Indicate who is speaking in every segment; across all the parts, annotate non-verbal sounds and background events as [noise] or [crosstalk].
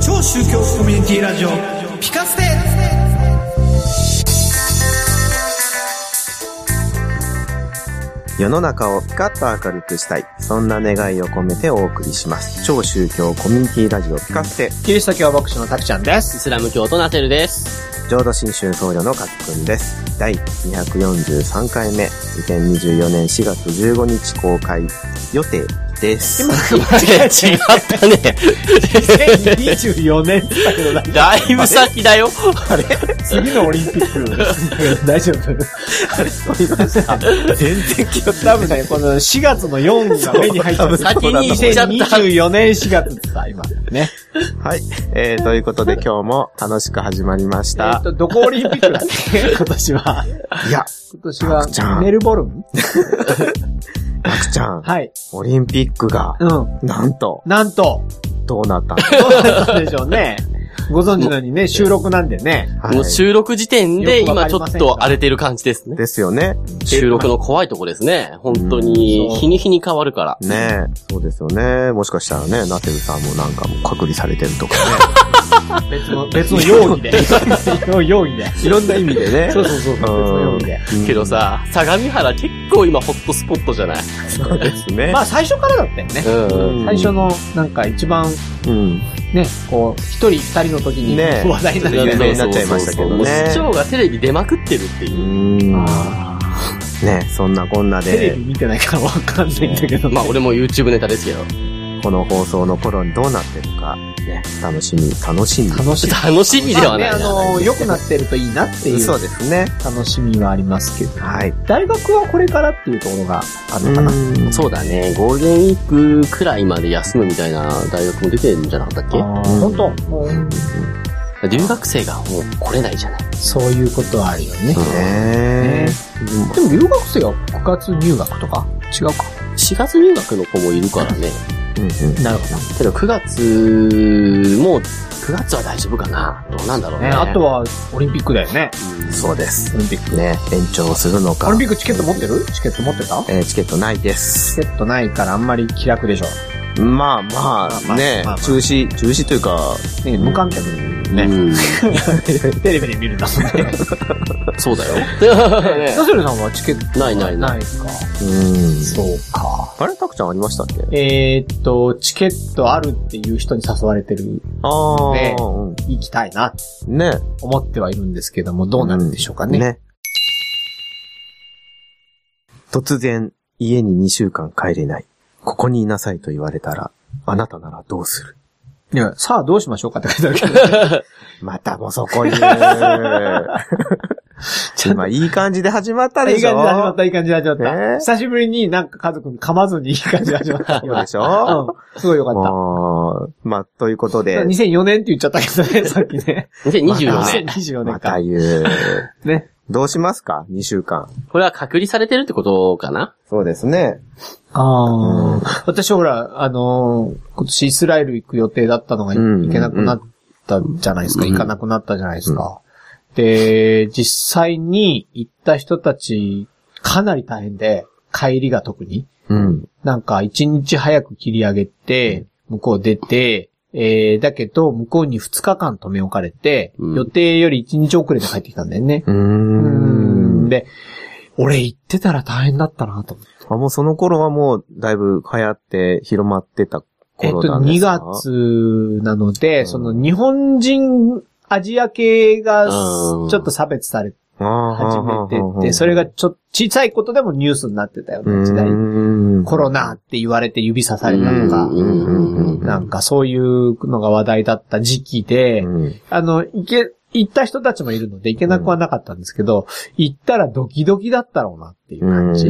Speaker 1: 超宗教コミュニティラジオピカステ
Speaker 2: 世の中をピカッと明るくしたい。そんな願いを込めてお送りします。超宗教コミュニティラジオピカステ。
Speaker 3: キリスト教牧師のタクちゃんです。
Speaker 4: イ
Speaker 3: [laughs]
Speaker 4: スラム教とナセルです。
Speaker 2: 浄土真宗僧侶のカツくんです。第243回目、2024年4月15日公開予定です。
Speaker 4: 違ったね。
Speaker 3: 2024年だけどな、
Speaker 4: だいぶ先だよ。
Speaker 3: 次のオリンピック、 [laughs] 大丈夫
Speaker 2: 全然気を
Speaker 3: 多分ね、この4月の4が目に入っちゃ
Speaker 2: そ
Speaker 3: う。
Speaker 2: う多
Speaker 4: 分そうだと思う
Speaker 3: 2024年4月ってさ、今。ね。
Speaker 2: はい。えー、ということで今日も楽しく始まりまし
Speaker 3: えっ
Speaker 2: た。
Speaker 3: [laughs] と、どこオリンピックだっけ [laughs] 今年は。
Speaker 2: いや、
Speaker 3: 今年
Speaker 2: タクちゃ
Speaker 3: は、
Speaker 2: ん
Speaker 3: メルボルン
Speaker 2: たくちゃん、
Speaker 3: はい。
Speaker 2: オリンピックが、
Speaker 3: うん。
Speaker 2: なんと、
Speaker 3: なんと、
Speaker 2: どうなった
Speaker 3: どうだったでしょう [laughs] ね。ご存知のようにね、収録なんでね。
Speaker 2: の、
Speaker 4: [laughs] もう
Speaker 2: はい、
Speaker 4: 収録時点で今ちょっと荒れてる感じですね。
Speaker 2: ですよね。
Speaker 4: 収録の怖いとこですね。本当に、日に日に変わるから。
Speaker 2: ねえ、そうですよね。もしかしたらね、ナテルさんもなんかもう隔離されてるとかね。
Speaker 3: 別 [laughs] の、別の容疑で。容疑で。
Speaker 2: いろんな意味でね。
Speaker 3: [laughs] そうそうそう。別の容疑で。
Speaker 2: うん
Speaker 4: けど、さ、相模原結構今ホットスポットじゃない
Speaker 2: そうですね。
Speaker 3: まあ、最初からだったよね。
Speaker 4: うん。
Speaker 3: 最初の、なんか一番
Speaker 2: うん。
Speaker 3: ね、こう、一人二人の時に
Speaker 2: ね
Speaker 3: 話題になるよ
Speaker 2: 有
Speaker 3: ね。
Speaker 2: 名になっちゃいましたけどね
Speaker 4: そうそうそうもう市長がテレビ出まくってるって
Speaker 2: う
Speaker 4: いう。
Speaker 2: ん。
Speaker 3: あ
Speaker 2: ねそんなこんな
Speaker 3: ーテレビ
Speaker 2: で、
Speaker 3: 見てないからわかんないんだけど、
Speaker 4: まあ俺も YouTube ネタですけど。
Speaker 2: この放送の頃にどうなってるか、ね、楽しみ、楽しみ。
Speaker 3: 楽しみ。
Speaker 4: 楽しみではない
Speaker 3: まあね、
Speaker 4: な。
Speaker 3: あの、良くなってるといいなっていう
Speaker 2: そうですね。
Speaker 3: 楽しみはありますけど。
Speaker 2: はい。
Speaker 3: 大学はこれからっていうところがあるのかな。
Speaker 2: うん
Speaker 4: そうだね。ゴールデンウィークくらいまで休むみたいな大学も出てるんじゃなかったっけ
Speaker 3: あ
Speaker 2: う
Speaker 3: ー
Speaker 2: ん
Speaker 3: 本当、もう
Speaker 4: 留学生がもう来れないじゃない。
Speaker 3: そういうことはあるよ
Speaker 2: ね
Speaker 3: ね。
Speaker 2: え
Speaker 3: ね。でも留学生は部活入学とか違うか。
Speaker 4: 4月入学の子もいるからね。
Speaker 2: うんうん
Speaker 3: なるほど。
Speaker 4: けど9月も、9月は大丈夫かな。どうなんだろうね。
Speaker 3: ね、あとはオリンピックだよね。
Speaker 4: うん
Speaker 2: そうです。
Speaker 3: オリンピック。
Speaker 2: ね延長するの
Speaker 3: オ
Speaker 2: か
Speaker 3: リン。ピックチケット持ってるチケット持ってた
Speaker 2: えーチケットないで
Speaker 3: チ
Speaker 2: す。
Speaker 3: ケットないからあんまり気楽でしょ。
Speaker 2: まあま
Speaker 3: まあま
Speaker 2: あ、
Speaker 3: あ
Speaker 2: ね
Speaker 3: まあまあ
Speaker 2: 中止、中止というか、
Speaker 3: ね、無観客でね、
Speaker 4: うん
Speaker 3: [laughs] テレビで見るん [laughs] だもんね。
Speaker 4: [laughs] そうだよ。 [laughs] ね
Speaker 3: ナセルさんはチケット
Speaker 4: ないないない。
Speaker 3: いか。
Speaker 2: うん。
Speaker 3: そうか。
Speaker 2: あれタクちゃんありましたっけ
Speaker 3: えーっと、チケットあるっていう人に誘われてる、
Speaker 2: ああ、
Speaker 3: ね
Speaker 2: うん
Speaker 3: 行きたいな、
Speaker 2: ね。
Speaker 3: 思ってはいるんですけども、どうなるんでしょうかね。
Speaker 2: 突然、家に2週間帰れない。ここにいなさいと言われたら、あなたならどうする
Speaker 3: いやさあどうしましょうかって書いてあるけど、
Speaker 2: またもそこ言う。 [laughs] 今、いい感じで始まった
Speaker 3: い
Speaker 2: で
Speaker 3: い
Speaker 2: しょ
Speaker 3: 感じで始まった、いい感じで始まった。
Speaker 2: ね
Speaker 3: 久しぶりになんか家族に噛まずにいい感じで始まった。
Speaker 2: そうでしょ、
Speaker 3: うん、すごいよかった。
Speaker 2: もうまあ、ということで、
Speaker 3: 2004年って言っちゃったけどね、さっきね。
Speaker 4: 2024年。
Speaker 3: 2024年
Speaker 2: ま
Speaker 3: か
Speaker 2: た。言う。
Speaker 3: ね。
Speaker 2: どうしますか ?2 週間。
Speaker 4: これは隔離されてるってことかな
Speaker 2: そうですね。
Speaker 3: ああ、
Speaker 2: うん
Speaker 3: 私ほら、あのー今年イスラエル行く予定だったのがい
Speaker 2: うん
Speaker 3: 行けなくなったじゃないですか。
Speaker 4: うん
Speaker 3: 行かなくなったじゃないですか。で、実際に行った人たち、かなり大変で、帰りが特に。
Speaker 2: うん。
Speaker 3: なんか、一日早く切り上げて、向こう出て、えー、だけど、向こうに2日間留め置かれて、
Speaker 4: うん
Speaker 3: 予定より1日遅れて帰ってきたんだよね。
Speaker 2: うー。
Speaker 3: うんん。で、俺行ってたら大変だったなと思って
Speaker 2: あ、もうその頃はもう、だいぶ流行って広まってた
Speaker 3: えっと、
Speaker 2: 頃なんで
Speaker 3: 2
Speaker 2: すか
Speaker 3: 月なの
Speaker 2: う
Speaker 3: で、
Speaker 2: ん
Speaker 3: その日本人、アジア系が
Speaker 4: うん
Speaker 3: ちょっと差別され始
Speaker 2: 初
Speaker 3: めてて、それがちょっと小さいことでもニュースになってたよね、時代。コロナって言われて指さされたとか、
Speaker 4: うんうんうん
Speaker 3: なんかそういうのが話題だった時期で、あの、行け、行った人たちもいるので行けなくはなかったんですけど、行ったらドキドキだったろうなっていう感じ。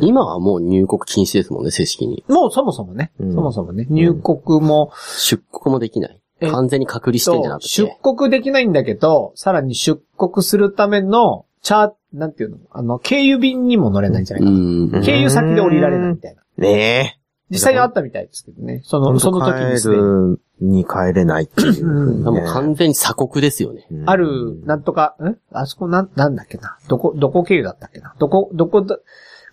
Speaker 4: 今はもう入国禁止ですもんね、正式に。
Speaker 3: もうそもそもね、そ
Speaker 2: うん
Speaker 3: もそもね、入国も、
Speaker 4: 出国もできない。
Speaker 3: え
Speaker 4: 完全に隔離してんじゃなく
Speaker 3: 出
Speaker 4: て。
Speaker 3: 国できないんだけど、さらに出国するための、チャー、なんていうのあの、経由便にも乗れないんじゃな
Speaker 4: う
Speaker 3: いかな。
Speaker 4: ん。
Speaker 2: ん
Speaker 3: 経由先で降りられないみたいな。
Speaker 2: ねえ。
Speaker 3: 実際にあったみたいですけどね。そ
Speaker 2: ほん
Speaker 3: の、
Speaker 2: と
Speaker 3: その時にです
Speaker 2: 帰
Speaker 3: ね、
Speaker 2: るに帰れないっていう
Speaker 3: う
Speaker 2: ね。
Speaker 3: ん
Speaker 4: もう完全に鎖国ですよね。
Speaker 2: うん
Speaker 3: ある、なんとか、んあそこなん、なんだっけな。どこ、どこ経由だったっけな。どこ、どこだ、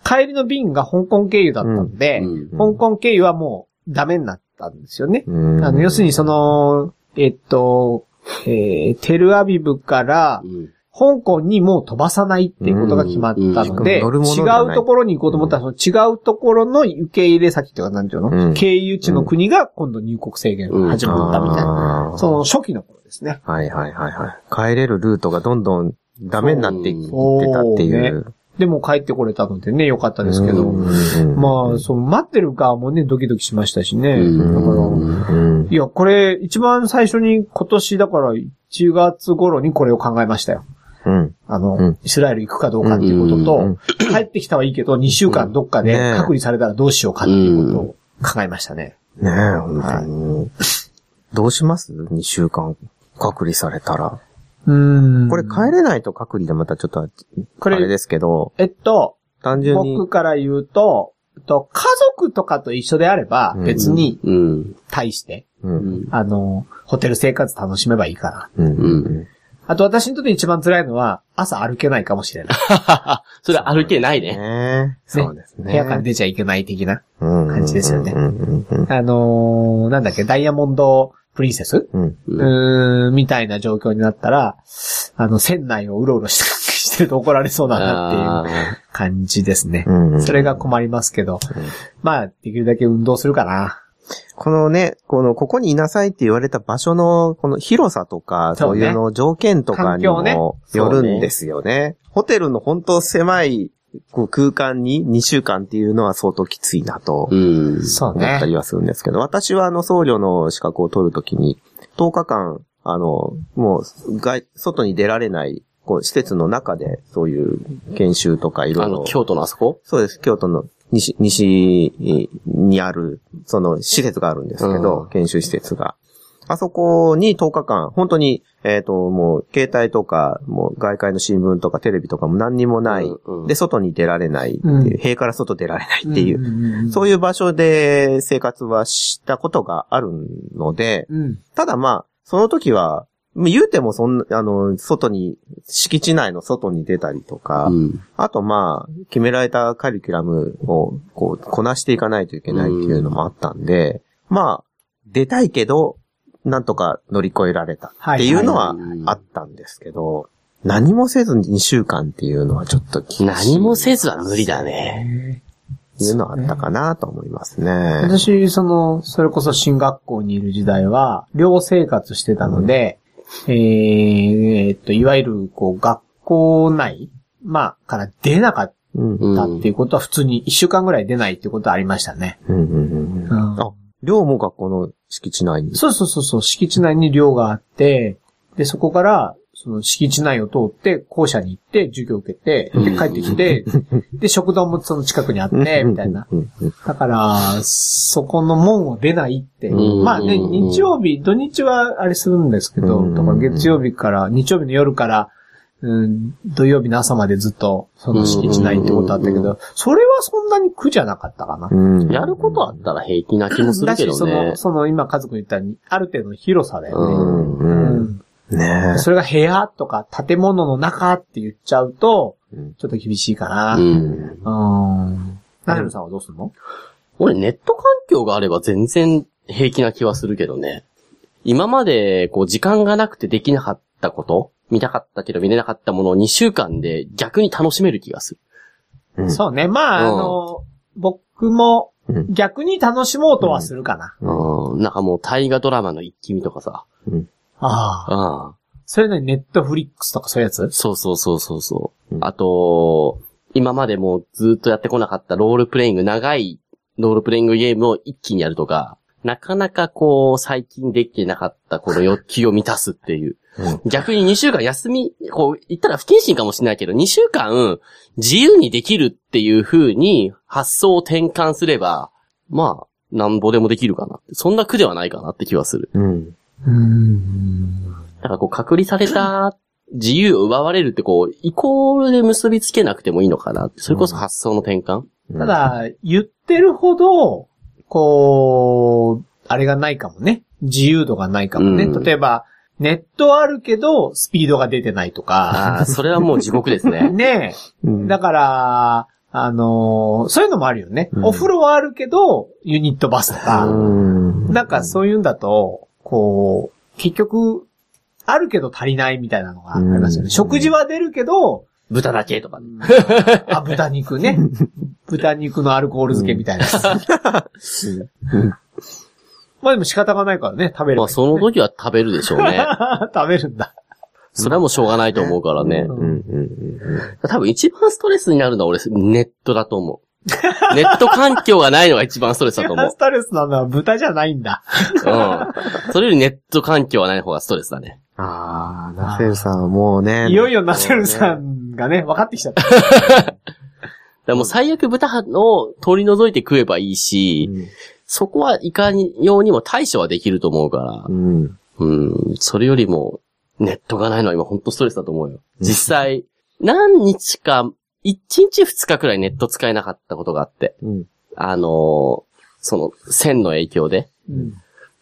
Speaker 3: 帰りの便が香港経由だったんで、
Speaker 4: うん
Speaker 2: うん
Speaker 3: 香港経由はもうダメになっったんですよね。
Speaker 2: うん
Speaker 3: あの、要するにそ、の、えっと、えーテルアビブから
Speaker 4: う、ん。
Speaker 3: 香港にもう飛ばさないっていうことが決まったので、
Speaker 2: うん乗るもの
Speaker 3: 違
Speaker 2: じゃないう
Speaker 3: ところに行こうと思ったら、その違うところの受け入れ先というか、なんていうの、
Speaker 2: うん
Speaker 3: 経由地の国が今度入国制限が始まったみたいな。
Speaker 2: な
Speaker 3: その初期の頃ですね。
Speaker 2: はいはいはいはい。帰れるルートがどんどんダメになっていってたっていう。
Speaker 3: でも帰ってこれたのでね、良かったですけど。まあ、その待ってる側もね、ドキドキしましたしね。
Speaker 4: うん
Speaker 3: だから、
Speaker 2: あ、うん
Speaker 3: いや、これ、一番最初に今年だから1月頃にこれを考えましたよ。
Speaker 2: うん。
Speaker 3: あの、
Speaker 2: うん
Speaker 3: イスラエル行くかどうかっていうことと、
Speaker 2: うん
Speaker 3: 帰ってきたはいいけど、2週間どっかで
Speaker 2: ねえ
Speaker 3: 隔離されたらどうしようかっていうことを考えましたね。
Speaker 2: ねえ、本当に。どうします ?2 週間隔離されたら。
Speaker 3: うん
Speaker 2: これ帰れないと隔離でまたちょっとあ
Speaker 3: これ
Speaker 2: れですけど、
Speaker 3: えっと、
Speaker 2: 単純に
Speaker 3: 僕。から言うと、えっと家族とかと一緒であれば、別に
Speaker 4: うん。
Speaker 3: 対して、
Speaker 2: う
Speaker 4: うんん。
Speaker 3: あの、ホテル生活楽しめばいいかな。
Speaker 2: うんうん
Speaker 3: あと私にとって一番辛いのは、朝歩けないかもしれない。
Speaker 4: それ歩けないね。
Speaker 2: ねえそうですね。
Speaker 3: 部屋から出ちゃいけない的な。
Speaker 2: 感
Speaker 3: じですよね
Speaker 2: うんうんうん
Speaker 3: あのーなんだっけ、ダイヤモンドプリンセス
Speaker 2: うん。
Speaker 3: うーん、みたいな状況になったら、あの、船内をうろうろしてしてると怒られそうだな
Speaker 4: あ
Speaker 3: っていう
Speaker 4: ー
Speaker 3: 感じですね
Speaker 2: う。んうん
Speaker 3: それが困りますけど、まあ、できるだけ運動するかな。
Speaker 2: このね、この、ここにいなさいって言われた場所の、この広さとか、
Speaker 3: そ
Speaker 2: そうう
Speaker 3: ね
Speaker 2: いうの、条件とかに
Speaker 3: 環境
Speaker 2: もよるんですよね。ホテルの本当狭いこう空間に2週間っていうのは相当きついなと
Speaker 4: うん。
Speaker 3: そ
Speaker 2: 思ったりはするんですけど、私はあの僧侶の資格を取るときに、10日間、あの、もう、外、外に出られない、こう、施設の中で、そういう研修とかいろ
Speaker 4: あ
Speaker 2: い
Speaker 4: の、
Speaker 2: ろ。
Speaker 4: 京都のあそこ
Speaker 2: そうです。京都の西、西にある、その施設があるんですけど、
Speaker 4: うん
Speaker 2: 研修施設が。あそこに10日間、本当に、えっ、と、もう、携帯とか、もう、外界の新聞とか、テレビとかも何にもない。
Speaker 4: うんうん
Speaker 2: で、外に出られないっていう、
Speaker 3: うん
Speaker 2: 塀から外出られないっていう、
Speaker 3: う
Speaker 2: そう
Speaker 3: い
Speaker 2: いう場所で生活はしたことがあるので、
Speaker 3: うん。うん。
Speaker 2: ただまあ、その時は、言うてもそんな、あの、外に、敷地内の外に出たりとか、
Speaker 4: うん。
Speaker 2: あとまあ、決められたカリキュラムを、こう、こなしていかないといけないっていうのもあったんで、まあ、出たいけど、なんとか乗り越えられたっていうのは
Speaker 4: はいはい
Speaker 2: あったんですけど、何もせずに2週間っていうのはちょっと厳しい
Speaker 4: 何もせずは無理だね。
Speaker 2: っていうのはあったかなと思いますね。
Speaker 3: 私、その、それこそ進学校にいる時代は、寮生活してたので、えーえーっと、いわゆる、こう、学校内、まあ、から出なかっ
Speaker 2: うん。うん
Speaker 3: たっていうことは、普通に一週間ぐらい出ないっていうことはありましたね。
Speaker 2: うんうんうん。
Speaker 3: うん
Speaker 2: あ、寮も学校の敷地内に。
Speaker 3: そうそうそうそう、敷地内に寮があって、で、そこから、その敷地内を通って、校舎に行って、授業受けて、で、帰って
Speaker 2: [laughs]
Speaker 3: きて、で、食堂もその近くにあって、みたいな。
Speaker 2: うんうんうん。
Speaker 3: だから、そこの門を出ないって。
Speaker 4: うん
Speaker 3: まあね、日曜日、土日はあれするんですけ
Speaker 2: う
Speaker 3: ど、
Speaker 2: ん
Speaker 3: だから月曜日から、日曜日の夜から、うん、土曜日の朝までずっと、その敷地内ってことあったけ
Speaker 4: うん
Speaker 3: ど、それはそんなに苦じゃなかったかな。
Speaker 2: うん
Speaker 4: やることあったら平気な気もする
Speaker 3: だ
Speaker 4: け
Speaker 3: し、
Speaker 4: ど
Speaker 3: そ
Speaker 4: ね
Speaker 3: の、。その今家族に言ったように、ある程度の広さだよね。
Speaker 2: うん
Speaker 3: う
Speaker 2: うん
Speaker 3: ん
Speaker 2: ね
Speaker 3: それが部屋とか建物の中って言っちゃうと、
Speaker 2: うん
Speaker 3: ちょっと厳しいか
Speaker 4: う
Speaker 3: な。
Speaker 4: ん。
Speaker 3: うん。ナヘルさんはどうするの
Speaker 4: 俺、ネット環境があれば全然平気な気はするけどね。今まで、こう、時間がなくてできなかったこと、見たかったけど見れなかったものを2週間で逆に楽しめる気がする。
Speaker 2: え。うん
Speaker 3: そうね。まあ、あ
Speaker 4: うん
Speaker 3: の、僕も
Speaker 2: うん
Speaker 3: 逆に楽しもうとはするかな。
Speaker 4: うん。なんかもう、大河ドラマの一気見とかさ。
Speaker 3: ああ。
Speaker 4: うん。
Speaker 3: それなりにネットフリックスとかそういうやつ
Speaker 4: そうそうそうそうそう。
Speaker 2: うん
Speaker 4: あと、今までもうずっとやってこなかったロールプレイング、長いロールプレイングゲームを一気にやるとか、なかなかこう、最近できてなかったこの欲求を満たすっていう。
Speaker 2: う
Speaker 4: 逆に2週間休み、こう、言ったら不謹慎かもしれないけど、2週間自由にできるっていう風に発想を転換すれば、まあ、なんぼでもできるかなって。そんな苦ではないかなって気はする。
Speaker 2: うん。
Speaker 3: うん。
Speaker 4: なんかこう、隔離された自由を奪われるってこう、イコールで結びつけなくてもいいのかなって。それこそ発想の転換
Speaker 3: ただ、言ってるほど、こう、あれがないかもね。自由度がないかもね。
Speaker 4: うん
Speaker 3: 例えば、ネットはあるけど、スピードが出てないとか。
Speaker 4: ああ、それはもう地獄ですね。
Speaker 3: ねえ。
Speaker 2: うん、
Speaker 3: だから、あのーそういうのもあるよね。
Speaker 2: うん
Speaker 3: お風呂はあるけど、ユニットバスとか、
Speaker 2: うん
Speaker 3: なんかそういうんだと、こう、結局、あるけど足りないみたいなのがありますよ
Speaker 2: う
Speaker 3: ね。
Speaker 2: ん
Speaker 3: 食事は出るけど、
Speaker 4: [laughs] 豚だけとかね。
Speaker 3: あ、豚
Speaker 2: [laughs]
Speaker 3: 肉ね。豚肉のアルコール漬けみたいな。 [laughs] まあでも仕方がないからね、食べる
Speaker 4: まあ、その時は食べるでしょうね。
Speaker 3: [laughs] 食べるんだ。
Speaker 4: それはもうしょうがないと思うからね
Speaker 2: う。んうんうん
Speaker 4: 多分一番ストレスになるのは俺、ネットだと思う。ネット環境がないのが一番ストレスだ
Speaker 3: [laughs]
Speaker 4: と思う
Speaker 3: ス。タレスなのは豚じゃないんだ。
Speaker 4: うん。それよりネット環境はない方がストレスだね。
Speaker 2: ああ、ナセルさんはもうね。
Speaker 3: いよいよナセルさんがね、分かってきちゃった。
Speaker 4: だからもう最悪豚を取り除いて食えばいいし、そこはいかにようにも対処はできると思うから
Speaker 2: う、ん。
Speaker 4: うん、それよりも、ネットがないのは今本当ストレスだと思うよ。実際、何日か、1日2日くらいネット使えなかったことがあって、
Speaker 2: うん。
Speaker 4: あのーその、線の影響で、
Speaker 3: うん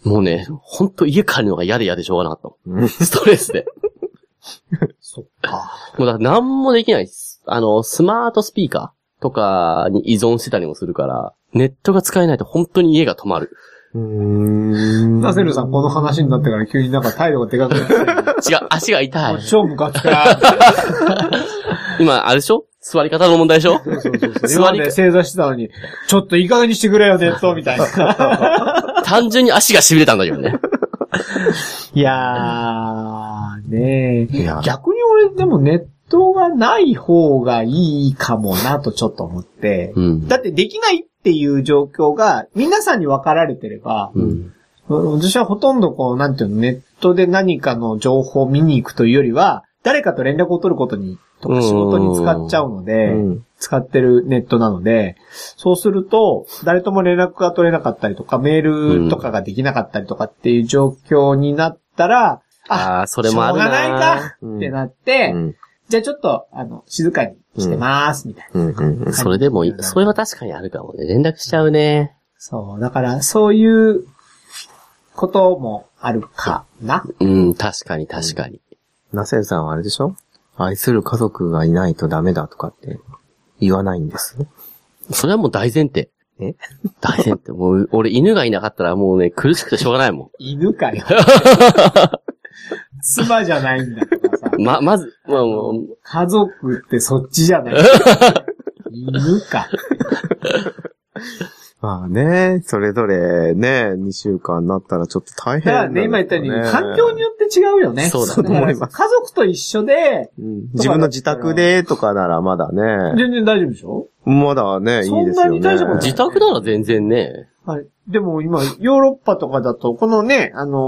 Speaker 4: もうね、ほんと家帰るのが嫌で嫌でしょうがなかったも
Speaker 2: うん
Speaker 4: ん。ストレスで。
Speaker 3: そっか。
Speaker 4: もうだから何もできないです。あの、スマートスピーカーとかに依存してたりもするから、ネットが使えないと本当に家が止まる。
Speaker 2: うん。
Speaker 3: ナセルさんこの話になってから急になんか態度がでかくなって
Speaker 4: 違う、足が痛い
Speaker 3: る。。超ムカつくな。
Speaker 4: 今、あれでしょ座り方の問題でしょ
Speaker 3: 今
Speaker 4: 座
Speaker 3: ま
Speaker 4: り
Speaker 3: で
Speaker 4: か、
Speaker 3: 正座してたのに、ちょっといい加減にしてくれよ、ネット、みたいな。
Speaker 4: 単純に足が痺れたんだけどね。
Speaker 3: [laughs] いやー、ね
Speaker 2: いや
Speaker 3: え。逆に俺、でもネットがない方がいいかもなとちょっと思って。
Speaker 4: うん。
Speaker 3: だってできないっていう状況が皆さんに分かられてれば、
Speaker 4: うん。
Speaker 3: 私はほとんどこう、なんていうの、ネットで何かの情報を見に行くというよりは、誰かと連絡を取ることに、とか仕事に使っちゃうので、
Speaker 2: うん
Speaker 3: 使ってるネットなので、そうすると、誰とも連絡が取れなかったりとか、メールとかができなかったりとかっていう状況になったら、あ、
Speaker 4: ああー、それもある
Speaker 3: しょうがない
Speaker 4: な。
Speaker 3: かってなって、
Speaker 2: うん。
Speaker 3: じゃあちょっと、あの、静かにしてます、みたいな。
Speaker 2: うんうんうん。
Speaker 4: それでもいい。それは確かにあるかもね。連絡しちゃうね。
Speaker 3: そう、だから、そういうこともあるかな。
Speaker 4: うん、確かに確かに。
Speaker 2: ナセルさんはあれでしょ愛する家族がいないとダメだとかって言わないんです。
Speaker 4: それはもう大前提。
Speaker 2: え
Speaker 4: 大前提。もう、俺犬がいなかったらもうね、苦しくてしょうがないも
Speaker 3: 犬か
Speaker 4: [laughs]
Speaker 3: よ。妻じゃないんだからさ。
Speaker 4: ん。ま、まず、まあ、もう
Speaker 3: 家族ってそっちじゃ
Speaker 4: [laughs]
Speaker 3: ない。犬か。
Speaker 2: まあね、それぞれね、2週間になったらちょっと大
Speaker 3: [laughs] だから
Speaker 2: 変
Speaker 3: ね、今言ったように、環境に
Speaker 2: よ
Speaker 3: よって違うよね。
Speaker 4: そうだね
Speaker 3: から家族と一緒で、
Speaker 2: 自分の自宅でとかならまだね、
Speaker 3: 全然大丈夫でしょ
Speaker 2: まだね、いいです
Speaker 3: そんな
Speaker 2: よ
Speaker 3: に大したこと
Speaker 2: ね
Speaker 4: 自。宅なら全然ね。
Speaker 3: はい。でも今、ヨーロッパとかだと、このね、あの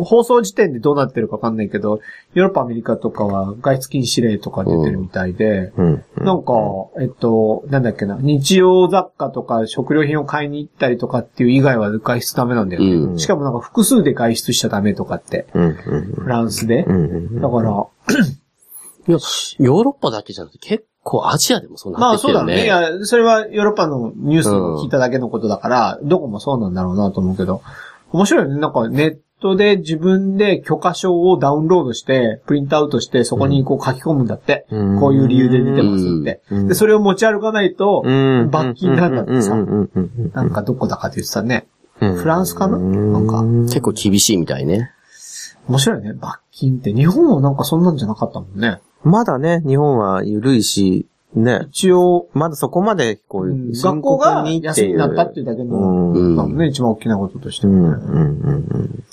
Speaker 3: ー放送時点でどうなってるかわかんないけど、ヨーロッパ、アメリカとかは外出禁止令とか出てるみたいで、
Speaker 2: うんうん
Speaker 3: なんか、えっと、なんだっけな、日用雑貨とか食料品を買いに行ったりとかっていう以外は外出ダメなんだよ
Speaker 4: う
Speaker 3: ね。
Speaker 4: ん。
Speaker 3: しかもなんか複数で外出しちゃダメとかって、
Speaker 2: うん
Speaker 3: フランスで
Speaker 2: う。んうん
Speaker 3: だから、
Speaker 4: いや、ヨーロッパだけじゃなくて結構アジアでもそう
Speaker 3: ま
Speaker 4: なって
Speaker 3: あ
Speaker 4: きて
Speaker 3: そう
Speaker 4: る
Speaker 3: だ
Speaker 4: よ
Speaker 3: ろうね。い
Speaker 4: ね。
Speaker 3: や、それはヨーロッパのニュースを聞いただけのことだから、どこもそうなんだろうなと思うけど、面白いよね。なんかネットで自分で許可証をダウンロードして、プリントアウトして、そこにこう書き込むんだって。
Speaker 2: うん
Speaker 3: こういう理由で出てますって。
Speaker 2: うん
Speaker 3: で、それを持ち歩かないと、
Speaker 2: うん
Speaker 3: 罰金なんだってさ
Speaker 2: うんうんうんうん
Speaker 3: なんかどこだかって言ってたね。
Speaker 2: うん
Speaker 3: フランスかななんか
Speaker 4: 結構厳しいみたいね。
Speaker 3: 面白いね、罰金って。日本はなんかそんなんじゃなかったもんね。
Speaker 2: まだね、日本は緩いし、ね、
Speaker 3: 一応、
Speaker 2: まだそこまで、こう
Speaker 3: う
Speaker 2: い
Speaker 3: ん
Speaker 2: う、。
Speaker 3: 学校が休みになったっていううだけ
Speaker 2: う
Speaker 3: の、
Speaker 2: ん。
Speaker 4: う
Speaker 2: うん。
Speaker 3: だもん
Speaker 4: ん。
Speaker 3: ね、一番大きなこととして
Speaker 2: う
Speaker 3: はね。
Speaker 2: ん。うん。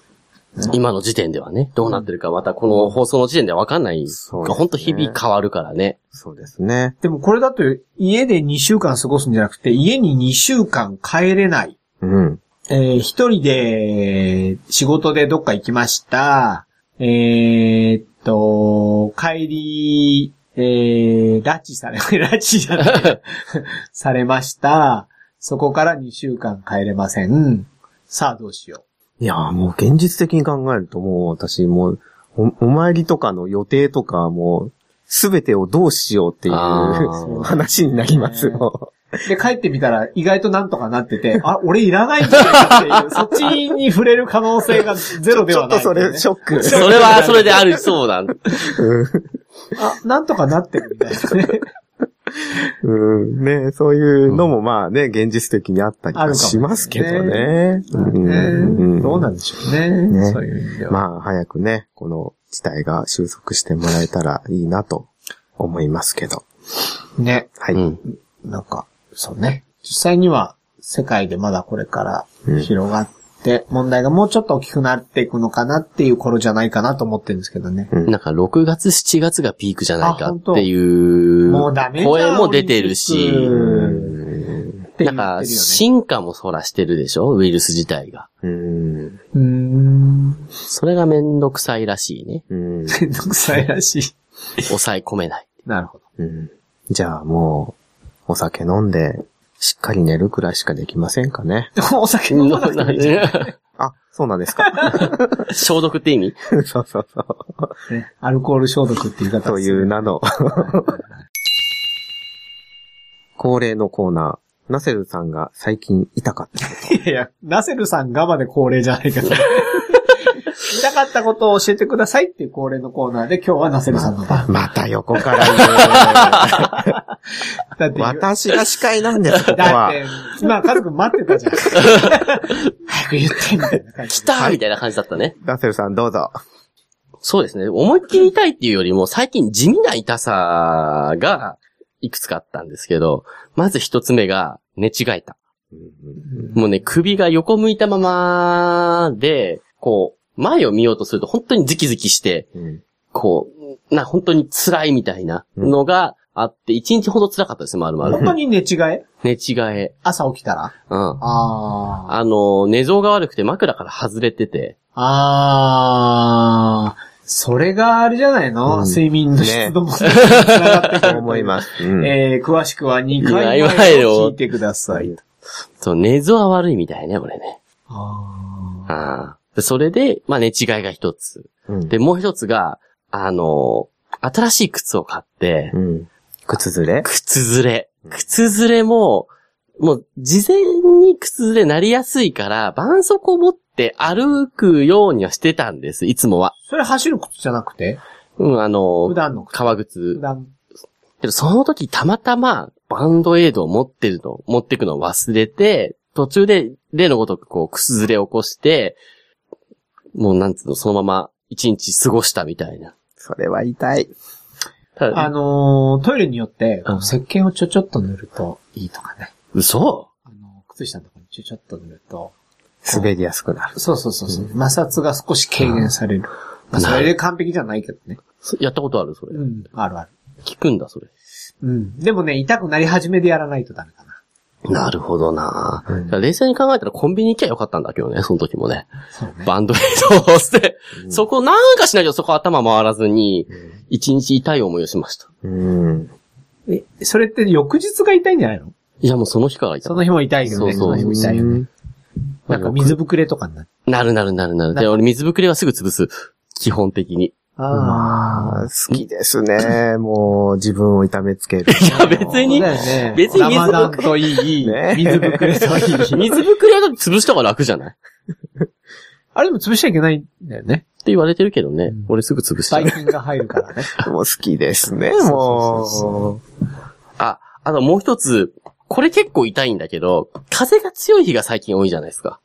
Speaker 4: 今の時点ではね、どうなってるかまたこの放送の時点ではわかんない。
Speaker 2: そうですね
Speaker 4: ほんと日々変わるからね。
Speaker 2: そうですね。
Speaker 3: でもこれだと家で2週間過ごすんじゃなくて、家に2週間帰れない。
Speaker 2: うん。
Speaker 3: えー一人で仕事でどっか行きました。えーっと、帰り、えー、拉致され、 [laughs] 拉致じ
Speaker 2: [laughs]
Speaker 3: ゃない、されました。そこから2週間帰れません。さあどうしよ
Speaker 2: いやー、もう現実的に考えると、もう私、もう、お、お参りとかの予定とか、もう、すべてをどうしようっていう
Speaker 4: あー
Speaker 2: 話になりますよ。
Speaker 3: う。で、帰ってみたら意外となんとかなってて、あ、俺いらないんじゃないかっていう、そっちに触れる可能性がゼロで
Speaker 2: ちょ
Speaker 3: は
Speaker 2: っ
Speaker 3: な
Speaker 2: と
Speaker 3: いってい
Speaker 2: そう
Speaker 3: ね、
Speaker 2: れ、ショック。
Speaker 4: [laughs] それはそれであるそうだ。
Speaker 2: うん
Speaker 3: あ、なんとかなってるみたいなね。
Speaker 2: うん、ねそういうのもまあね、現実的にあったり
Speaker 3: ある
Speaker 2: は
Speaker 3: かも
Speaker 2: しますけどね。
Speaker 3: ねどうなんんでしょうね。
Speaker 2: ね
Speaker 3: そういう意味では。
Speaker 2: まあ、早くね、この事態が収束してもらえたらいいなと思いますけど。
Speaker 3: ね。
Speaker 2: はい。
Speaker 4: うん。
Speaker 3: なんか、そうね。実際には世界でまだこれから広がって、問題がもうちょっと大きくなっていくのかなっていう頃じゃないかなと思ってるんですけどね。
Speaker 4: なんか6月、7月がピークじゃないかって
Speaker 3: もう
Speaker 4: い
Speaker 3: ダメ
Speaker 4: う
Speaker 3: じゃん
Speaker 4: 声も出てるし、
Speaker 3: オリンピックって言
Speaker 4: な
Speaker 3: ってるよ
Speaker 4: ん
Speaker 3: ね。
Speaker 4: か進化もそらしてるでしょウイルス自体が。
Speaker 2: うん。
Speaker 3: うーん。め
Speaker 4: それがめんどくさいらしいね。
Speaker 2: うん。
Speaker 3: んどくさいらしい。
Speaker 4: 抑え込め
Speaker 3: [laughs]
Speaker 4: ない。
Speaker 3: なるほど。
Speaker 2: うんじゃあもう、お酒飲んで、しっかり寝るくらいしかできませんかね。
Speaker 3: [laughs] お酒飲まなくてもいいじゃん
Speaker 2: あ、そうなんですか。
Speaker 4: 消毒って意味
Speaker 2: [laughs] そうそうそう。
Speaker 3: ねアルコール消毒っていう言い方
Speaker 2: という名の。 [laughs] 恒例のコーナー、ナセルさんが最近痛かった。
Speaker 3: いやいや、ナセルさんがまで恒例じゃないか [laughs] と。痛かったことを教えてくださいっていう恒例のコーナーで今日はナセルさんの番。
Speaker 2: また横から言
Speaker 3: だっ
Speaker 2: [laughs]
Speaker 3: て
Speaker 2: う。、私が司会なんです、ここ
Speaker 3: だっ
Speaker 2: は。
Speaker 3: て、今、カズくん待ってたじゃん。早く言ってみたいな感じ。
Speaker 4: 来たみたいな感じだったね。
Speaker 2: ナセルさんどうぞ。
Speaker 4: そうですね。思いっきり痛いっていうよりも、最近地味な痛さが、いくつかあったんですけど、まず一つ目が、寝違えた。もうね、首が横向いたままで、こう、前を見ようとすると本当にズキズキして、
Speaker 2: うん
Speaker 4: こう、な、本当に辛いみたいなのがあって、一日ほど辛かったですね、まるま
Speaker 3: 本
Speaker 4: る。
Speaker 3: 当に寝違え
Speaker 4: [laughs] 寝違え。
Speaker 3: 朝起きたら
Speaker 4: うん。
Speaker 3: あー。
Speaker 4: あの、寝相が悪くて枕から外れてて、
Speaker 3: あー。それがあれじゃないの、
Speaker 2: うん
Speaker 3: 睡眠の
Speaker 2: ね
Speaker 3: 質度も繋がってく
Speaker 2: と
Speaker 3: る。
Speaker 2: 思います
Speaker 3: [laughs]
Speaker 2: す。うん
Speaker 3: えー、詳しくは2
Speaker 4: 二
Speaker 3: 回
Speaker 4: 回
Speaker 3: 前
Speaker 4: 前
Speaker 3: を
Speaker 4: を
Speaker 3: 聞いてください。
Speaker 4: そう、寝相は悪いみたいね、俺ね。
Speaker 3: あー。
Speaker 4: ああ。でそれで、まあ、寝違いが一つ。
Speaker 2: うん
Speaker 4: で、もう一つが、あの、新しい靴を買って、
Speaker 2: うん。靴ずれ
Speaker 4: 靴ずれ。靴ずれも、もう、事前に靴ずれなりやすいから、絆創膏を持って歩くようにはしてたんです、いつもは。
Speaker 3: それ走る靴じゃなくて
Speaker 4: うん、あ
Speaker 3: 普
Speaker 4: の、
Speaker 3: 段の靴。
Speaker 4: 革
Speaker 3: 普
Speaker 4: 靴。
Speaker 3: 段。
Speaker 4: けど、その時たまたま、バンドエイドを持ってるの、持ってくのを忘れて、途中で、例のごとくこう、靴ずれを起こして、もうなんつうの、そのまま、一日過ごしたみたいな。
Speaker 2: それは痛い。
Speaker 4: ただ
Speaker 3: あのー、トイレによって、
Speaker 4: うん
Speaker 3: 石鹸をちょちょっと塗るといいとかね。
Speaker 4: 嘘
Speaker 3: あの、靴下のところにちょちょっと塗ると、
Speaker 2: 滑りやすくなる。
Speaker 3: そうそうそうそう、摩擦が少し軽減される。まあ、それで完璧じゃないけどね。
Speaker 4: そやったことあるそれ。
Speaker 3: うん、あるある。
Speaker 4: 聞くんだ、それ。
Speaker 3: うん。でもね、痛くなり始めでやらないとダメかな。
Speaker 4: なるほどな、だから冷静に考えたらコンビニ行きゃよかったんだけどね、その時もね。
Speaker 3: そうね。
Speaker 4: バンドエイドをして、そこなんかしないとそこ頭回らずに、一日痛い思いをしました。
Speaker 2: うん。
Speaker 3: え、それって翌日が痛いんじゃないの
Speaker 4: いや、もうその日から痛い
Speaker 3: その日も痛いよね。
Speaker 4: そうそう
Speaker 3: の日も痛いよね。なんか水ぶくれとかになる。
Speaker 4: なるなるなるなる。
Speaker 3: な
Speaker 4: で、俺水ぶくれはすぐ潰す。基本的に。
Speaker 3: あ
Speaker 2: あー好きです
Speaker 3: [laughs]
Speaker 2: ね。もう、自分を痛めつける。
Speaker 4: いや、別に、
Speaker 3: だよね。
Speaker 4: 別に水ぶくれ
Speaker 3: ラマダンといい、
Speaker 2: ね
Speaker 3: 水ぶくれと
Speaker 4: [laughs]
Speaker 3: いい。
Speaker 4: 水ぶくれはだって潰した方が楽じゃないっ
Speaker 3: あれでも潰しちゃいけないんだよね。
Speaker 4: て言われてるけどね。
Speaker 3: ん
Speaker 4: 俺すぐ潰しちゃ
Speaker 3: 細
Speaker 4: う。
Speaker 3: 菌が入るからね。
Speaker 2: もう好きですね、
Speaker 3: [laughs] そうそうそう
Speaker 2: も
Speaker 4: あ、あともう一つ、これ結構痛いんだけど、風が強い日が最近多いじゃないですか。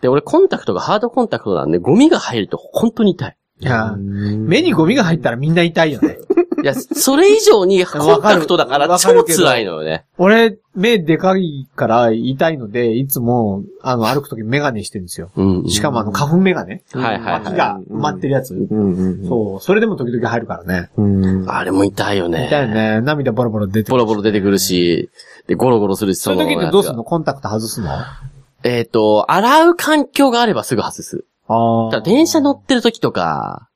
Speaker 4: で、俺コンタクトがハードコンタクトなんで、ゴミが入ると本当に痛い。
Speaker 3: いや
Speaker 2: う。
Speaker 3: ー、
Speaker 2: ん
Speaker 3: 目にゴミが入ったらみんな痛いよね。
Speaker 4: いや、それ以上にコンタクトだか
Speaker 3: わ
Speaker 4: ら
Speaker 3: かる
Speaker 4: 超
Speaker 3: わかるけど
Speaker 4: 辛いのよね。
Speaker 3: 俺、目でかいから痛いので、いつも、あの、歩くときメガネしてるんですよ。
Speaker 4: うん。
Speaker 3: しかもあの、花粉メガネ。
Speaker 4: はいはい
Speaker 3: 脇
Speaker 4: は
Speaker 3: が埋まってるやつ。
Speaker 2: うんうん
Speaker 3: そう。それでも時々入るからね。
Speaker 2: うん
Speaker 4: い。あれも痛いよね。
Speaker 3: 痛いよ。ね。涙ボロボロ出て
Speaker 4: ボ
Speaker 3: くる。
Speaker 4: ロボロ出てくるし、で、ゴロゴロするし、
Speaker 3: そういう時
Speaker 4: やつ
Speaker 3: っ
Speaker 4: が
Speaker 3: てどうすんのコンタクト外すの
Speaker 4: えっ、と、洗う環境があればすぐ外す。
Speaker 3: あ
Speaker 4: ただ電車乗ってる時とか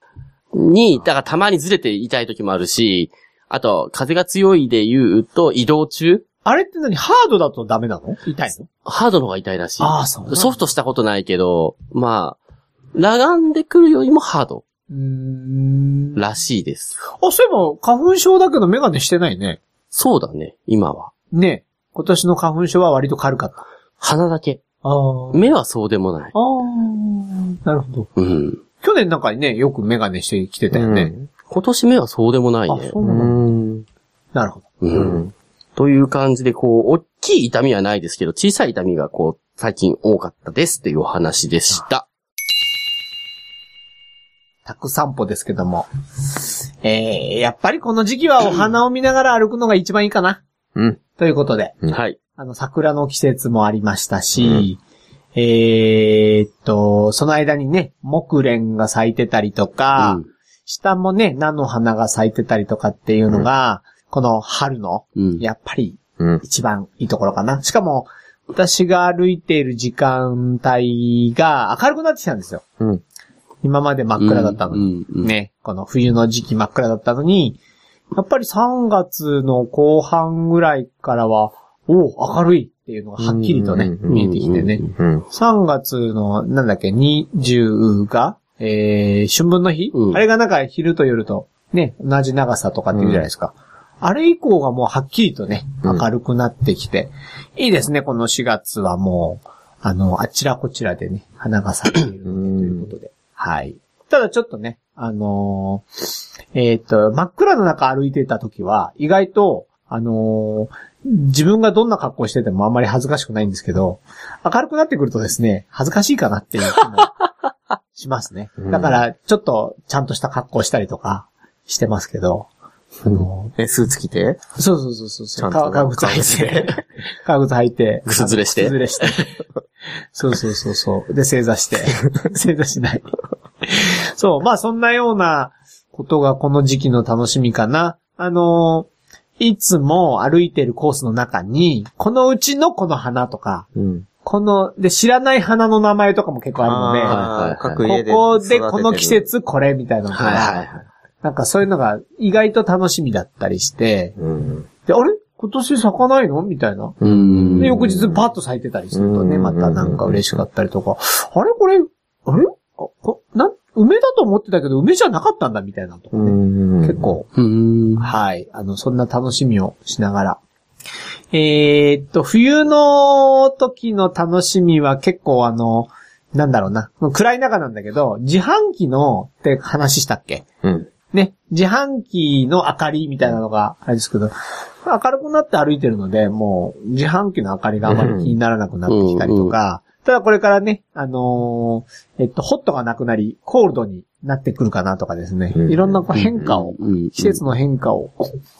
Speaker 4: に、だからたまにずれて痛い時もあるし、あと、風が強いで言うと、移動中
Speaker 3: あれって何ハードだとダメなの痛いの
Speaker 4: ハードの方が痛いらしい。
Speaker 3: ああ、そう。
Speaker 4: ソフトしたことないけど、まあ、裸眼で来るよりもハード
Speaker 3: うーん。あ、
Speaker 4: らしいです。
Speaker 3: そういえば、花粉症だけどメガネしてないね。
Speaker 4: そうだね、今は。
Speaker 3: ね今年の花粉症は割と軽かった。
Speaker 4: 鼻だけ。
Speaker 3: ああ。
Speaker 4: 目はそうでもない。
Speaker 3: ああ。なるほど。
Speaker 4: うん。
Speaker 3: 去年なんかにね、よくメガネしてきてたよね。
Speaker 4: 今年目はそうでもない
Speaker 3: あ、
Speaker 4: ね
Speaker 3: そ。う
Speaker 2: う
Speaker 3: なんだ。
Speaker 2: ん。
Speaker 3: なるほど。
Speaker 4: う。
Speaker 2: うんん。
Speaker 4: という感じで、こう、大きい痛みはないですけど、小さい痛みがこう、最近多かったですというお話でした。
Speaker 3: たく散歩ですけども。えー、やっぱりこの時期はお花を見ながら歩くのが一番いいかな。
Speaker 2: うん。
Speaker 3: ということで、
Speaker 2: うん
Speaker 4: はい。
Speaker 3: あの、桜の季節もありましたし、えーっと、その間にね、木蓮が咲いてたりとか、下もね、菜の花が咲いてたりとかっていうのが、この春の、
Speaker 4: うん。うん。
Speaker 3: やっぱり
Speaker 2: うん。
Speaker 3: 一番いいところかな。しかも、私が歩いている時間帯が明るくなってきたんですよ。
Speaker 2: うん。
Speaker 3: 今まで真っ暗だったのに。
Speaker 4: うんうんうん
Speaker 3: ね、この冬の時期真っ暗だったのに、やっぱり3月の後半ぐらいからは、おお、明るいっていうのがはっきりとね、
Speaker 2: うん
Speaker 3: 見えてきてね。
Speaker 2: うん。
Speaker 3: 3月の、なんだっけ、20が、えー、春分の日、
Speaker 4: うん
Speaker 3: あれがなんか昼と夜と、ね、同じ長さとかっていうじゃないですか。あれ以降がもうはっきりとね、
Speaker 2: うん
Speaker 3: 明るくなってきて、いいですね、この4月はもう、あの、あちらこちらでね、花が咲いているのでということで。はい。ただちょっとね、あのーえーっと、真っ暗の中歩いてた時は、意外と、あのー自分がどんな格好しててもあんまり恥ずかしくないんですけど、明るくなってくるとですね、恥ずかしいかなっていう気もしますね。だから、ちょっとちゃんとした格好したりとかしてますけど、あの
Speaker 2: え、スーツ着て
Speaker 3: ーそうそうそうそうそう、
Speaker 2: ちゃんと
Speaker 3: 革革靴履いて、革靴履いて、
Speaker 4: 靴ずれして
Speaker 3: 靴ず
Speaker 4: [laughs]
Speaker 3: れして。そうそうそうそう。で、正座して。正座しない。そう、まあそんなようなことがこの時期の楽しみかな。あのーいつも歩いてるコースの中に、このうちのこの花とか、
Speaker 2: うん。
Speaker 3: この、で、知らない花の名前とかも結構あ
Speaker 4: はいはいはい
Speaker 2: ー各
Speaker 3: るの
Speaker 2: 家
Speaker 3: で、
Speaker 2: で。
Speaker 3: ここでこの季。節これみたいなの
Speaker 4: はいはいは
Speaker 3: が、
Speaker 4: い。
Speaker 3: なんかそういうのが意外と楽しみだったりして、
Speaker 2: うん。
Speaker 3: で、あれ今年咲かないのみたいな。
Speaker 4: うん
Speaker 3: で、翌日バッと咲いてたりするとね、
Speaker 2: うん
Speaker 3: またなんか嬉しかったりとか、あれこれ、あれあこな、梅だと思ってたけど、梅じゃなかったんだみたいなとかね。
Speaker 2: ん
Speaker 3: 結。構、
Speaker 4: うん。
Speaker 3: はい。あの、そんな楽しみをしながら。えーっと、冬の時の楽しみは結構あの、なんだろうな。暗い中なんだけど、自販機のって話したっけ
Speaker 2: うん。
Speaker 3: ね、自販機の明かりみたいなのが、あれですけど、明るくなって歩いてるので、もう、自販機の明かりがあまり気にならなくなってきたりとか、ただこれからね、あのーえっと、ホットがなくなり、コールドになってくるかなとかですね、
Speaker 2: うん
Speaker 3: いろんなこう変化を、
Speaker 4: うん
Speaker 3: 季節の変化を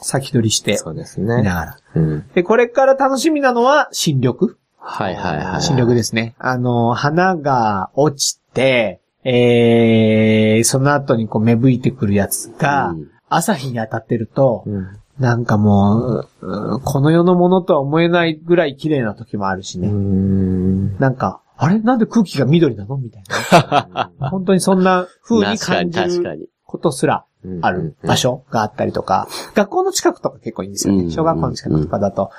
Speaker 3: 先取りして、
Speaker 2: そうです
Speaker 3: 見
Speaker 2: ね
Speaker 3: な。がら。
Speaker 2: うん。
Speaker 3: で、これから楽しみなのは、新緑
Speaker 4: はいはいはい。
Speaker 3: 新緑ですね。あの、花が落ちて、えー、その後にこう芽吹いてくるやつが、
Speaker 4: うん
Speaker 3: 朝日に当たってると、
Speaker 2: うん。
Speaker 3: なんかもう、うんこの世のものとは思えないぐらい綺麗な時もあるし
Speaker 2: う
Speaker 3: ね。
Speaker 2: ん。
Speaker 3: なんか、あれなんで空気が緑なのみたいな。本当にそんな風に感じ
Speaker 4: 確
Speaker 3: る
Speaker 4: かに
Speaker 3: ことすらある場
Speaker 2: 所。
Speaker 3: 所があったりとか、学校の近くとか結構いいんですよ
Speaker 4: う
Speaker 3: ね。
Speaker 4: ん
Speaker 3: 小学校の近くとかだと、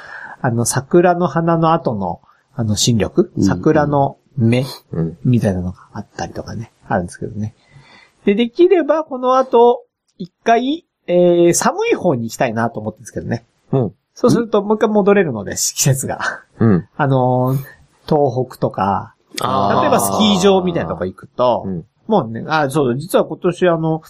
Speaker 3: あの、桜の花の後の、あの、新緑
Speaker 4: うん
Speaker 3: 桜の芽
Speaker 2: うん。
Speaker 3: みたいなのがあったりとかね、あるんですけどね。で、できればこの後、一回、えー、寒い方に行きたいなと思ってるんですけどね。
Speaker 2: うん。
Speaker 3: そうするともう一回戻れるので、 [laughs] 季節が。
Speaker 2: うん。
Speaker 3: あのー東北とか、
Speaker 4: あー
Speaker 3: 例えばスキー場みたいなとこ行くと、
Speaker 2: うん
Speaker 3: もうね、あ、そうだ、実は今年あの、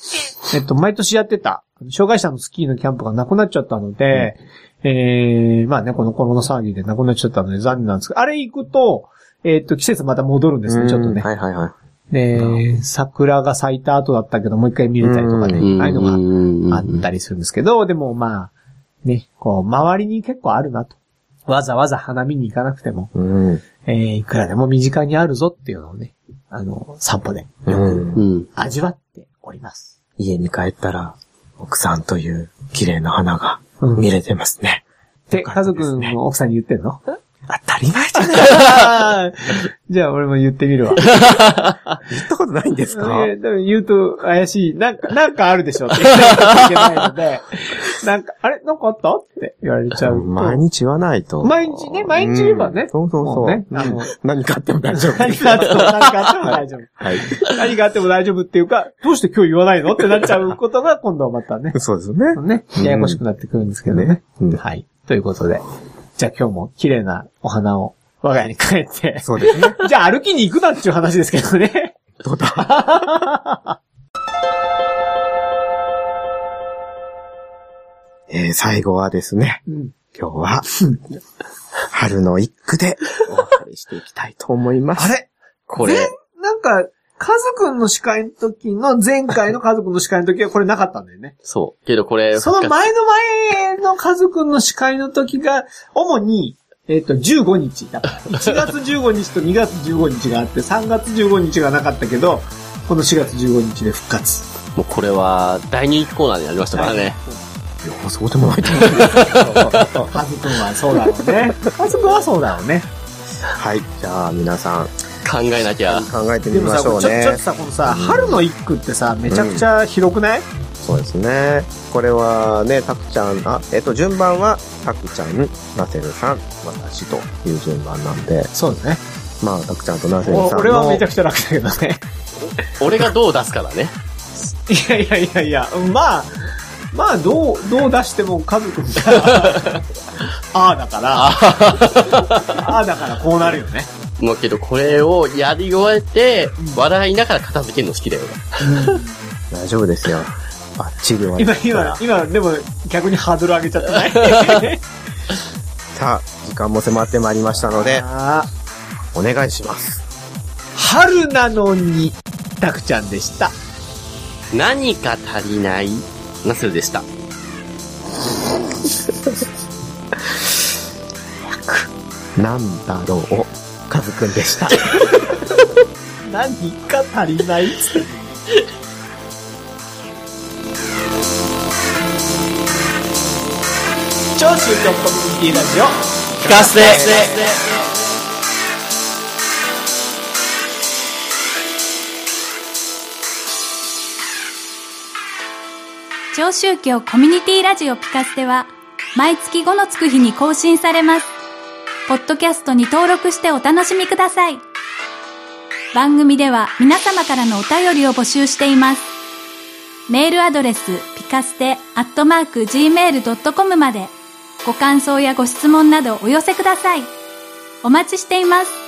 Speaker 3: えっと、毎年やってた、障害者のスキーのキャンプがなくなっちゃったので、えー、まあね、このコロナ騒ぎでなくなっちゃったので残念なんですけど、あれ行くと、えっと、季節また戻るんですね、ちょっとね。
Speaker 2: はいはいはい。
Speaker 3: で、桜が咲いた後だったけど、もう一回見れたりとか
Speaker 2: う
Speaker 3: ね、ああいうの
Speaker 4: の
Speaker 3: があったりするんですけど、でもまあ、ね、こう、周りに結構あるなと。わざわざ花見に行かなくても、
Speaker 2: うん。
Speaker 3: えー、いくらでも身近にあるぞっていうのをね、あの、散歩で
Speaker 2: うん。
Speaker 4: うん。
Speaker 3: 味わっております。
Speaker 2: 家に帰ったら、奥さんという綺麗な花が
Speaker 3: うん
Speaker 2: 見れてますね。
Speaker 3: で、家族の奥さんに言ってん
Speaker 2: [laughs]
Speaker 3: の [laughs]
Speaker 2: 当たり前じゃない
Speaker 3: あーじゃあ俺も言ってみるわ。
Speaker 2: 言ったことないんですか
Speaker 3: [laughs] えーでも言うと怪しい。なんか、なんかあるでしょって言わないといけないの
Speaker 2: [laughs]
Speaker 3: で、なんか、あれなんかあったって言われちゃうと。
Speaker 2: 毎日言わないと。
Speaker 3: 毎日ね毎日言えばね
Speaker 2: うんそうそう
Speaker 3: も
Speaker 2: そうう。
Speaker 3: ねあ
Speaker 2: うん
Speaker 3: の
Speaker 2: 何買っても大丈夫。
Speaker 3: 何があっても、何があっても大丈夫。
Speaker 2: はい。
Speaker 3: 何があっても大丈夫っていうか、どうして今日言わないのってなっちゃうことが今度はまたね、
Speaker 2: そうですね。
Speaker 3: ね、ややこしくなってくるんですけどね。
Speaker 2: うん
Speaker 3: はい。ということで、じゃあ今日も綺麗なお花を我が家に帰って、 [laughs]
Speaker 2: そうですね。
Speaker 3: じゃあ歩きに行くなっていう話ですけどね。
Speaker 2: どうだ [laughs] えー最後はですね、
Speaker 3: うん。
Speaker 2: 今日は、春の一句でお別れしていきたいと思います。
Speaker 3: あれ
Speaker 4: これ、
Speaker 3: なんか、カズくんの司会の時の、前回のカズくんの司会の時はこれなかったんだよね。
Speaker 4: そう。けどこれ、
Speaker 3: その前の前のカズくんの司会の時が、主に、えっ、と、15日だから。1月15日と2月15日があって、3月15日がなかったけど、この4月15日で復
Speaker 2: [laughs]
Speaker 3: 活。
Speaker 4: もうこれは、大人気コーナーになりましたからね。
Speaker 2: いや、そうでも [laughs] ないと思う。
Speaker 3: カズくんはそうだろうね。カズくんはそうだろうね。
Speaker 2: はい。じゃあ、皆さん、
Speaker 4: 考えなきゃ。
Speaker 2: 考えて
Speaker 3: で
Speaker 2: み
Speaker 3: も
Speaker 2: まし
Speaker 3: さ、ち
Speaker 2: ょ
Speaker 3: ょ
Speaker 2: う
Speaker 3: ちょっ
Speaker 2: ね
Speaker 3: と。さ、このさ、春の一句ってさ、めちゃくちゃ広くない、
Speaker 2: そうですね。これはね、たくちゃん、あ、えっと、順番は、たくちゃん、なせるさん、私という順番なんで、
Speaker 3: そうですね。
Speaker 2: まあ、たくちゃんとなせるさんの。
Speaker 3: 俺はめちゃくちゃ楽だけどね。
Speaker 4: 俺がどう出すからね。
Speaker 3: いやいやいやいや、まあ、まあ、どう、どう出しても家族 [laughs] が、ああだから、ああだからこうなるよね。
Speaker 4: もうけどこれをやり終えて、笑いながら片付けるの好きだよ。
Speaker 2: 大丈夫ですよ。バッチリ終わり
Speaker 3: 今
Speaker 2: ま、すから
Speaker 3: 今、今、でも逆にハードル上げちゃってない
Speaker 2: さあ、時間も迫ってまいりましたので、
Speaker 3: あー
Speaker 2: お願いします。
Speaker 3: 春なのに、たくちゃんでした。
Speaker 4: 何か足りない、ナスルでした。
Speaker 2: なんだろう、カズくんでした。
Speaker 3: 何か足りないっつって長州とコミュニティラジオ
Speaker 4: 聞かせて
Speaker 5: 長州京コミュニティラジオピカステは毎月5のつく日に更新されます。ポッドキャストに登録してお楽しみください。番組では皆様からのお便りを募集しています。メールアドレスピカステアットマーク gmail.com までご感想やご質問などお寄せください。お待ちしています。